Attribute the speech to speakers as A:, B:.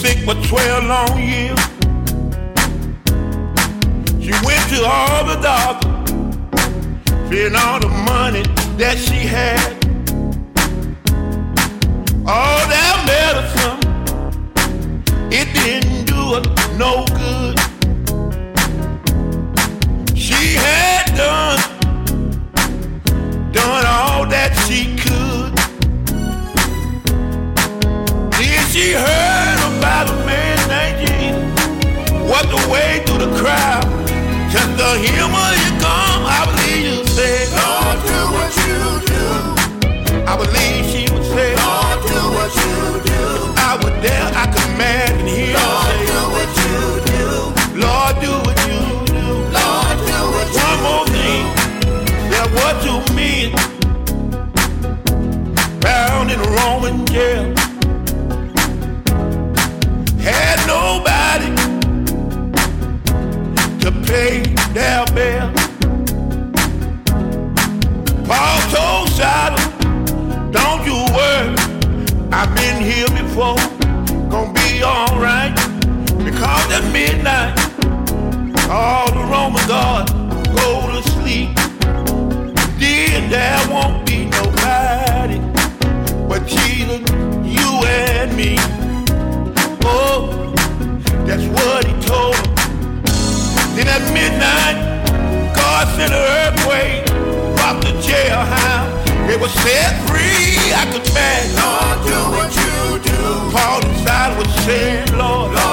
A: 12 long years. She went to all the doctors, spent all the money that she had. All that medicine, it didn't do her no good. She had done, done all that she could. Then she heard about a man named Jesus. Walked away through the crowd. Just the humor you come, I believe you say. Lord, do what you do. I believe she would say. Lord, do what you do. I would dare, I command and hear. Lord, do what you do. Lord, do what you do. Lord, do what you do. One more thing. That what you mean. Bound in a Roman jail had nobody to pay their bill. Paul told Sodom, don't you worry, I've been here before, gonna be alright. Because at midnight, all the Roman guards go to sleep. Then there won't be nobody but Jesus, you and me. Oh, that's what he told him. Then at midnight, God sent an earthquake, rocked the jailhouse. They were set free. I could beg, Lord, do what you do. Paul inside was saying, Lord, Lord, Oh, oh,